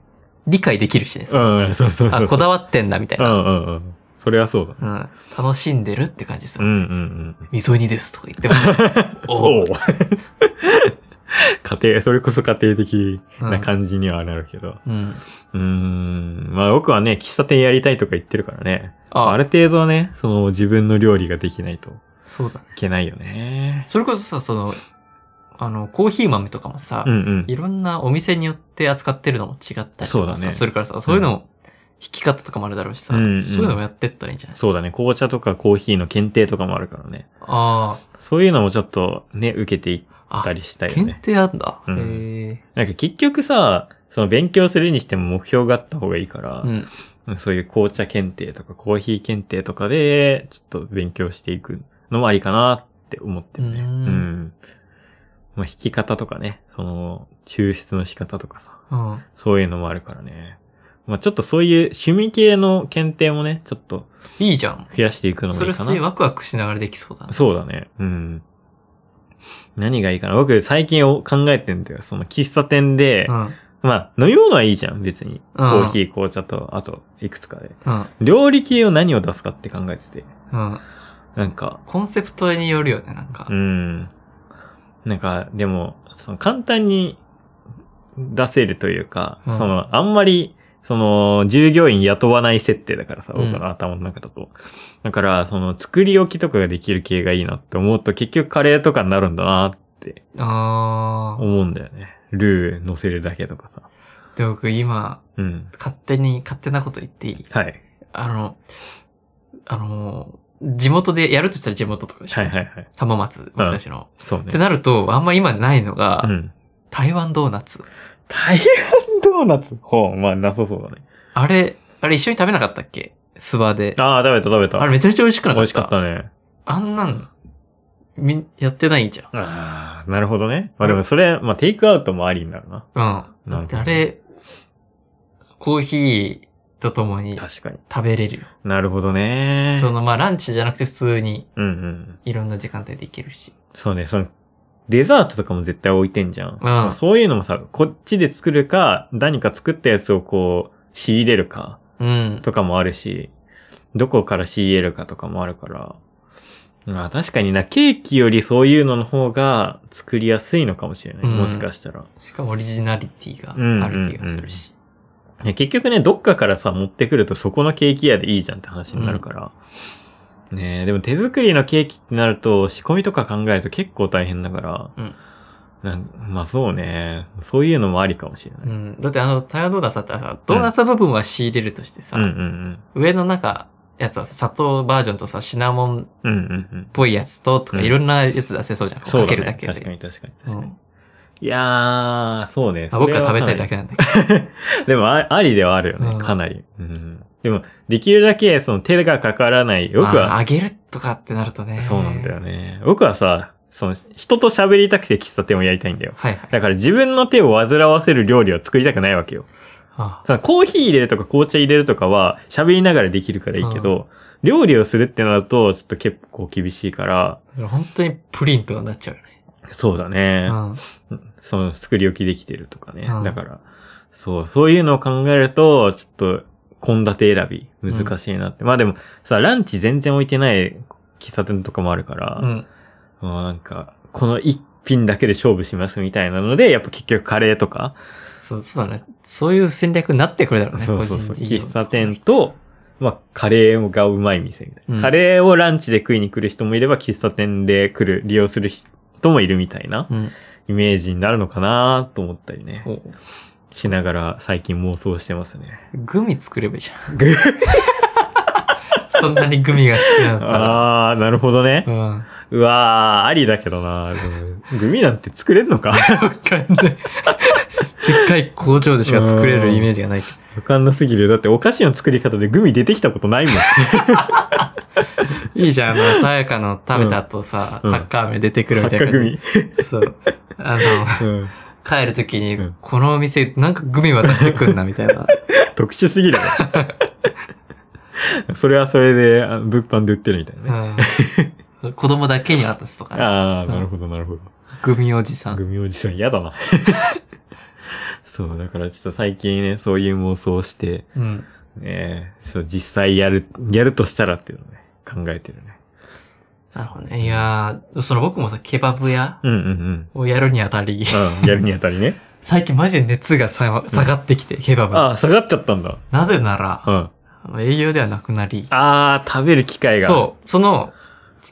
[SPEAKER 2] 理解できるしね。
[SPEAKER 1] う、
[SPEAKER 2] そうん
[SPEAKER 1] うんそうそうそう。
[SPEAKER 2] あ、こだわってんだ、みたいうな。
[SPEAKER 1] んうんうん。それはそうだ。
[SPEAKER 2] うん。楽しんでるって感じです
[SPEAKER 1] う
[SPEAKER 2] る。
[SPEAKER 1] んうんうん。
[SPEAKER 2] 溝煮ですとか言っても。お
[SPEAKER 1] お
[SPEAKER 2] う
[SPEAKER 1] う家庭、それこそ家庭的な感じにはなるけど。
[SPEAKER 2] うん。
[SPEAKER 1] うーん。まあ僕はね、喫茶店やりたいとか言ってるからね。
[SPEAKER 2] あ
[SPEAKER 1] ある程度はね、その自分の料理ができないとい
[SPEAKER 2] そうだね。
[SPEAKER 1] けないよね。
[SPEAKER 2] それこそさ、その、あの、コーヒー豆とかもさ、
[SPEAKER 1] うんうん
[SPEAKER 2] い。ろんなお店によって扱ってるのも違ったり
[SPEAKER 1] そ
[SPEAKER 2] と
[SPEAKER 1] う
[SPEAKER 2] か
[SPEAKER 1] だ
[SPEAKER 2] さ、
[SPEAKER 1] ね
[SPEAKER 2] するからさ、そういうのも、引き方とかもあるだろうしさ、
[SPEAKER 1] うんうん
[SPEAKER 2] そういうのもやってったらいいんじゃない、
[SPEAKER 1] そうだね。紅茶とかコーヒーの検定とかもあるからね。
[SPEAKER 2] あ
[SPEAKER 1] そういうのもちょっとね、受けてい
[SPEAKER 2] あ、あ
[SPEAKER 1] ったりしたいよ
[SPEAKER 2] 検
[SPEAKER 1] ね。
[SPEAKER 2] 定あんだ。
[SPEAKER 1] うん
[SPEAKER 2] へえ。
[SPEAKER 1] なんか結局さ、その勉強するにしても目標があった方がいいから、
[SPEAKER 2] うん。
[SPEAKER 1] そういう紅茶検定とかコーヒー検定とかで、ちょっと勉強していくのもありかなって思ってるね。
[SPEAKER 2] う
[SPEAKER 1] うんん。まあ、弾き方とかね、その、抽出の仕方とかさ、
[SPEAKER 2] うん。
[SPEAKER 1] そういうのもあるからね。まあ、ちょっとそういう趣味系の検定もね、ちょっと
[SPEAKER 2] いいじゃん。
[SPEAKER 1] 増やしていくの
[SPEAKER 2] そ
[SPEAKER 1] もい
[SPEAKER 2] れ
[SPEAKER 1] い
[SPEAKER 2] 普
[SPEAKER 1] か
[SPEAKER 2] 通に
[SPEAKER 1] な。
[SPEAKER 2] ワクワクしながらできそうだね。
[SPEAKER 1] そうだね。うん。何がいいかな。僕、最近考えてんだよ。その、喫茶店で、
[SPEAKER 2] うん。
[SPEAKER 1] まあ、飲み物はいいじゃん、別に。
[SPEAKER 2] う
[SPEAKER 1] コ
[SPEAKER 2] ん
[SPEAKER 1] ーヒー、紅茶と、あと、いくつかで。
[SPEAKER 2] うん。
[SPEAKER 1] 料理系を何を出すかって考えてて。
[SPEAKER 2] うん。
[SPEAKER 1] なんか、
[SPEAKER 2] コンセプトによるよね、なんか。
[SPEAKER 1] うん。なんか、でも、その簡単に出せるというか、
[SPEAKER 2] うん
[SPEAKER 1] その、あんまり、その、従業員雇わない設定だからさ、
[SPEAKER 2] うん
[SPEAKER 1] 僕の頭の中だと。だから、その、作り置きとかができる系がいいなって思うと、結局カレーとかになるんだなって
[SPEAKER 2] ああ。
[SPEAKER 1] 思うんだよね。ルー乗せるだけとかさ。
[SPEAKER 2] で、僕今、
[SPEAKER 1] うん。
[SPEAKER 2] 勝手に、勝手なこと言っていい
[SPEAKER 1] はい。
[SPEAKER 2] あの、あの、地元でやるとしたら地元とかでしょ、
[SPEAKER 1] はいはいはい。
[SPEAKER 2] 浜松、僕たちの。
[SPEAKER 1] そう
[SPEAKER 2] って
[SPEAKER 1] ね。
[SPEAKER 2] なると、あんま今ないのが、
[SPEAKER 1] うん。
[SPEAKER 2] 台湾ドーナツ。
[SPEAKER 1] 台湾ドーナツほう、まあ、なさそうだね。
[SPEAKER 2] あれ、あれ一緒に食べなかったっけスバで。
[SPEAKER 1] ああ、食べた食べた。
[SPEAKER 2] あれめちゃめちゃ美味しくな
[SPEAKER 1] 美
[SPEAKER 2] かっ
[SPEAKER 1] 味
[SPEAKER 2] た。
[SPEAKER 1] しかったね。
[SPEAKER 2] あんなん、み、やってないんじゃん。
[SPEAKER 1] ああ、なるほどね。まあでもそれ、まあテイクアウトもありになるな。
[SPEAKER 2] うん。
[SPEAKER 1] なるほど
[SPEAKER 2] あれ、コーヒーとともに
[SPEAKER 1] 確かに。
[SPEAKER 2] 食べれるよ。
[SPEAKER 1] なるほどね。
[SPEAKER 2] そのまあランチじゃなくて普通に
[SPEAKER 1] うんうん。
[SPEAKER 2] いろんな時間帯でいけるし。
[SPEAKER 1] そうね、その、デザートとかも絶対置いてんじゃん。
[SPEAKER 2] うん。
[SPEAKER 1] そういうのもさ、こっちで作るか、何か作ったやつをこう、仕入れるか、
[SPEAKER 2] うん。
[SPEAKER 1] とかもあるし、どこから仕入れるかとかもあるから。まあ確かにな、ケーキよりそういうのの方が作りやすいのかもしれない。
[SPEAKER 2] うん
[SPEAKER 1] もしかしたら。
[SPEAKER 2] しかもオリジナリティがある気がするし。
[SPEAKER 1] いや結局ね、どっかからさ、持ってくるとそこのケーキ屋でいいじゃんって話になるから。ねえ、でも手作りのケーキってなると、仕込みとか考えると結構大変だから。
[SPEAKER 2] うん
[SPEAKER 1] なんまあそうね。そういうのもありかもしれない。
[SPEAKER 2] うん。だってあの、タイヤドーナツだったらさ、ドーナツ部分は仕入れるとしてさ、
[SPEAKER 1] うんうん
[SPEAKER 2] 上の中、やつはさ砂糖バージョンとさ、シナモンっ
[SPEAKER 1] うん。うんうんうん。
[SPEAKER 2] ぽいやつと、とか
[SPEAKER 1] うん
[SPEAKER 2] いろんなやつ出せそうじゃん。
[SPEAKER 1] そう
[SPEAKER 2] か
[SPEAKER 1] だ
[SPEAKER 2] け
[SPEAKER 1] ね
[SPEAKER 2] るだけで。
[SPEAKER 1] 確かに確かに確
[SPEAKER 2] う
[SPEAKER 1] かに。
[SPEAKER 2] ん
[SPEAKER 1] いやー、そうね。
[SPEAKER 2] あ僕は食べたい
[SPEAKER 1] け
[SPEAKER 2] だけなんだけど。
[SPEAKER 1] でもあ、ありではあるよね、
[SPEAKER 2] うん
[SPEAKER 1] かなり。うん。でも、できるだけ、その手がかからない。僕
[SPEAKER 2] あー
[SPEAKER 1] は、
[SPEAKER 2] あげるとかってなるとね。
[SPEAKER 1] そうなんだよ。ね。僕はさ、その、人と喋りたくて喫茶店をやりたいんだよ。
[SPEAKER 2] はいはい。
[SPEAKER 1] だから自分の手を煩わせる料理を作りたくないわけよ。
[SPEAKER 2] あ
[SPEAKER 1] そのコーヒー入れるとか紅茶入れるとかは喋りながらできるからいいけど、料理をするってなるとちょっと結構厳しいから、
[SPEAKER 2] ー本当にプリントになっちゃうよね。
[SPEAKER 1] そうだね。
[SPEAKER 2] うん。
[SPEAKER 1] その作り置きできてるとかね。
[SPEAKER 2] うん
[SPEAKER 1] だから、そう、そういうのを考えると、ちょっと、献立選び、難しいなって。まあでも、さ、ランチ全然置いてない喫茶店とかもあるから、
[SPEAKER 2] うん。
[SPEAKER 1] もうなんか、この一品だけで勝負しますみたいなので、やっぱ結局カレーとか、
[SPEAKER 2] そう、そうだね。そういう戦略になってくるだろうね。
[SPEAKER 1] そうそうそう、
[SPEAKER 2] 個人事業
[SPEAKER 1] 喫茶店と、まあ、カレーがうまい店みたいな、
[SPEAKER 2] うん
[SPEAKER 1] カレーをランチで食いに来る人もいれば、喫茶店で来る、利用する人もいるみたいな
[SPEAKER 2] うん。
[SPEAKER 1] イメージになるのかなと思ったりね。
[SPEAKER 2] お
[SPEAKER 1] しながら最近妄想してますね。
[SPEAKER 2] グミ作ればいいじゃん。 そんなにグミが好きなんだったら。
[SPEAKER 1] あー、なるほどね
[SPEAKER 2] う。ん。わ
[SPEAKER 1] うわー、ありだけどなでもグミなんて作れんのか
[SPEAKER 2] かん ない。でっかい工場でしか作れるイメージがない。
[SPEAKER 1] わかんなすぎるよ。だってお菓子の作り方でグミ出てきたことな いもん。
[SPEAKER 2] いいじゃん、あの、さやかの食べた後さ、
[SPEAKER 1] うん
[SPEAKER 2] ハッカー飴出てくるみたいな
[SPEAKER 1] 発
[SPEAKER 2] 感
[SPEAKER 1] グ
[SPEAKER 2] じ。
[SPEAKER 1] ミ。
[SPEAKER 2] そう。あの、
[SPEAKER 1] うん
[SPEAKER 2] 帰るときに、
[SPEAKER 1] うん
[SPEAKER 2] このお店、なんかグミ渡してくんな、みたいな。
[SPEAKER 1] 特殊すぎ るよ。それはそれで、あ物販で売ってるみたいなね。
[SPEAKER 2] うん。子供だけに渡すとかね、
[SPEAKER 1] あ
[SPEAKER 2] そ
[SPEAKER 1] ー、
[SPEAKER 2] う
[SPEAKER 1] なるほど、なるほど。
[SPEAKER 2] グミおじさん。
[SPEAKER 1] グミおじさん嫌 だな。そう、だからちょっと最近ね、そういう妄想をして、
[SPEAKER 2] うん。
[SPEAKER 1] ねそう、実際やる、やるとしたらっていうのをね、考えてるね。
[SPEAKER 2] なるほどね。いやー、その僕もさ、ケバブ屋
[SPEAKER 1] うんうんうん。
[SPEAKER 2] をやるにあたり、
[SPEAKER 1] うん、やるにあた りね。
[SPEAKER 2] 最近マジで熱がさ下がってきて、ケバブに。
[SPEAKER 1] ああ、下がっちゃったんだ。
[SPEAKER 2] なぜなら
[SPEAKER 1] う、ん。
[SPEAKER 2] あの営業ではなくなり、
[SPEAKER 1] ああ、食べる機会が。
[SPEAKER 2] そう、その、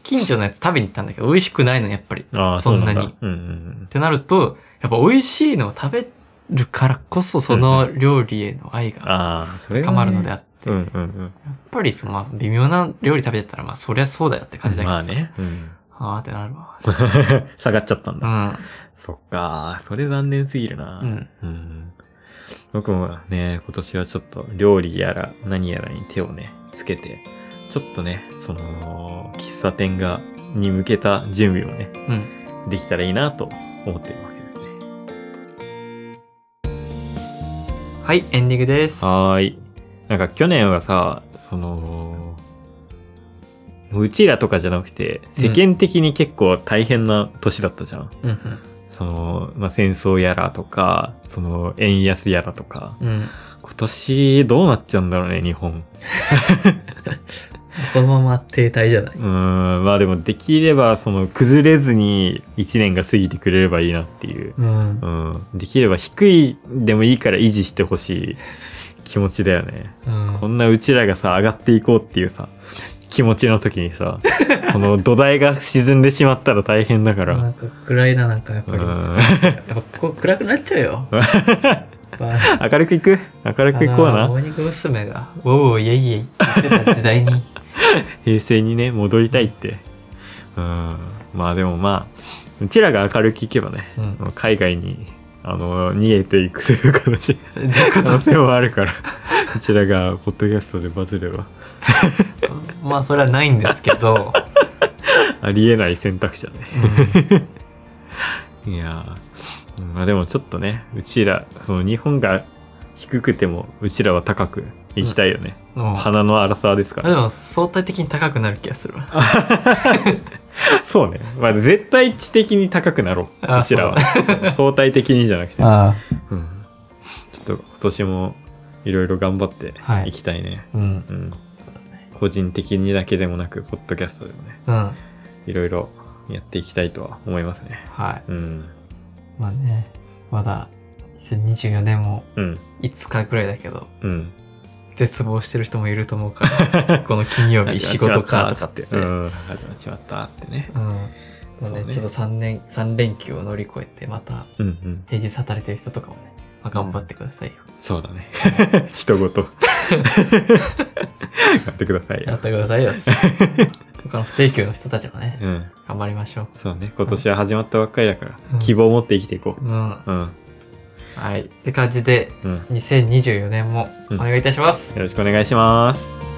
[SPEAKER 2] 近所のやつ食べに行ったんだけど、美味しくないの、やっぱり。っ
[SPEAKER 1] う。ああ、
[SPEAKER 2] そんなに
[SPEAKER 1] うだうんうん
[SPEAKER 2] てなると、やっぱ美味しいのを食べるからこそ、その料理への愛
[SPEAKER 1] うん。
[SPEAKER 2] が
[SPEAKER 1] ああ、それはね
[SPEAKER 2] 高まるのであって、
[SPEAKER 1] うんうん
[SPEAKER 2] やっぱりその、まあ、微妙な料理食べちゃったら、まあ、そりゃそうだよって
[SPEAKER 1] う
[SPEAKER 2] 感じだ
[SPEAKER 1] ん。
[SPEAKER 2] けどさ。
[SPEAKER 1] まあね。うん。
[SPEAKER 2] ああってなるわ。
[SPEAKER 1] 下がっちゃったん
[SPEAKER 2] う
[SPEAKER 1] だ。
[SPEAKER 2] ん。
[SPEAKER 1] そっかー、それ残念すぎるな。
[SPEAKER 2] うん。
[SPEAKER 1] うん。僕もね、今年はちょっと料理やら何やらに手をね、つけて、ちょっとね、その、喫茶店が、に向けた準備をね、
[SPEAKER 2] うん。
[SPEAKER 1] できたらいいなと思っているわけですね。
[SPEAKER 2] はい、エンディングです。
[SPEAKER 1] はーい。なんか去年はさ、その、うちらとかじゃなくて、世間的に結構大変な年だったじゃん。
[SPEAKER 2] うん
[SPEAKER 1] その、まあ、戦争やらとか、その、円安やらとか。
[SPEAKER 2] うん。うん。
[SPEAKER 1] 今年どうなっちゃうんだろうね、日本。
[SPEAKER 2] このまま停滞じゃないう
[SPEAKER 1] ーん、まあでもできれば、その、崩れずに1年が過ぎてくれればいいなっていう。
[SPEAKER 2] うん
[SPEAKER 1] う。ん、できれば低いでもいいから維持してほしい気持ちだよね。
[SPEAKER 2] うん
[SPEAKER 1] こんなうちらがさ、上がっていこうっていうさ、気持ちの時に さ、この土台が沈んでしまったら大変だから。
[SPEAKER 2] なんか暗いな、なんかやっぱ
[SPEAKER 1] う
[SPEAKER 2] り。や
[SPEAKER 1] ん。
[SPEAKER 2] っ ぱこう暗くなっちゃうよ。バ
[SPEAKER 1] 明るくいく明るくいこう
[SPEAKER 2] あの
[SPEAKER 1] な。
[SPEAKER 2] 大肉娘が、ウォウイエイイエイって言ってた時代 に。
[SPEAKER 1] 平成にね、戻りたいって。うん。まあでもまあ、うちらが明るくいけばね、
[SPEAKER 2] うん。ど
[SPEAKER 1] 海外に、あの、逃げていくという可能性
[SPEAKER 2] ういうこ
[SPEAKER 1] 可能性もあるから、うちらがポッドキャストでバズれば
[SPEAKER 2] とまあ、それはないんですけど、
[SPEAKER 1] 明ありえない選択肢だね。
[SPEAKER 2] うん
[SPEAKER 1] いやーうんまあでもちょっとね、うちら、その日本が低くても、うちらは高く行きたいよね。
[SPEAKER 2] あ
[SPEAKER 1] 鼻の荒さですから
[SPEAKER 2] で。も相対的に高くなる気がするわ。
[SPEAKER 1] そうね。まあ、絶対知的に高くなろう。
[SPEAKER 2] あ
[SPEAKER 1] うちらは。 そう相対的にじゃなくて。
[SPEAKER 2] あ
[SPEAKER 1] うん、ちょっと今年もいろいろ頑張って
[SPEAKER 2] はい
[SPEAKER 1] いきたいね。
[SPEAKER 2] あ。うん。
[SPEAKER 1] うん。個人的にだけでもなく、ポッドキャストでもね、
[SPEAKER 2] うん。はい
[SPEAKER 1] ろいろやっていきたいとは思いますね。
[SPEAKER 2] い。
[SPEAKER 1] うん。
[SPEAKER 2] まあね、まだ2024年も
[SPEAKER 1] うん。
[SPEAKER 2] 5日くらいだけど、
[SPEAKER 1] うん。
[SPEAKER 2] 絶望してる人もいると思う から、この金曜日仕事かとかって。う
[SPEAKER 1] う
[SPEAKER 2] ん。
[SPEAKER 1] ん。始まっちまったってね。
[SPEAKER 2] まあ
[SPEAKER 1] そう
[SPEAKER 2] ね、
[SPEAKER 1] ね
[SPEAKER 2] ちょっと3年、三連休を乗り越えて、また
[SPEAKER 1] うんうん。
[SPEAKER 2] 平日働いてる人とかもね、まあ、頑張ってくださいよ。
[SPEAKER 1] そうだね。 人ごと。やってください
[SPEAKER 2] や
[SPEAKER 1] よ
[SPEAKER 2] っ。てくだ さいよ。他の不定休の人たちもね、
[SPEAKER 1] うん。
[SPEAKER 2] 頑張りましょう。
[SPEAKER 1] そうね。今年は始まったばっかりだから、
[SPEAKER 2] うん
[SPEAKER 1] 希望を持って生きていこ
[SPEAKER 2] うん。は
[SPEAKER 1] う。うん。
[SPEAKER 2] い。って感じで、
[SPEAKER 1] うん。よ
[SPEAKER 2] 2024年もお願いいたします。
[SPEAKER 1] ろしくお願いします。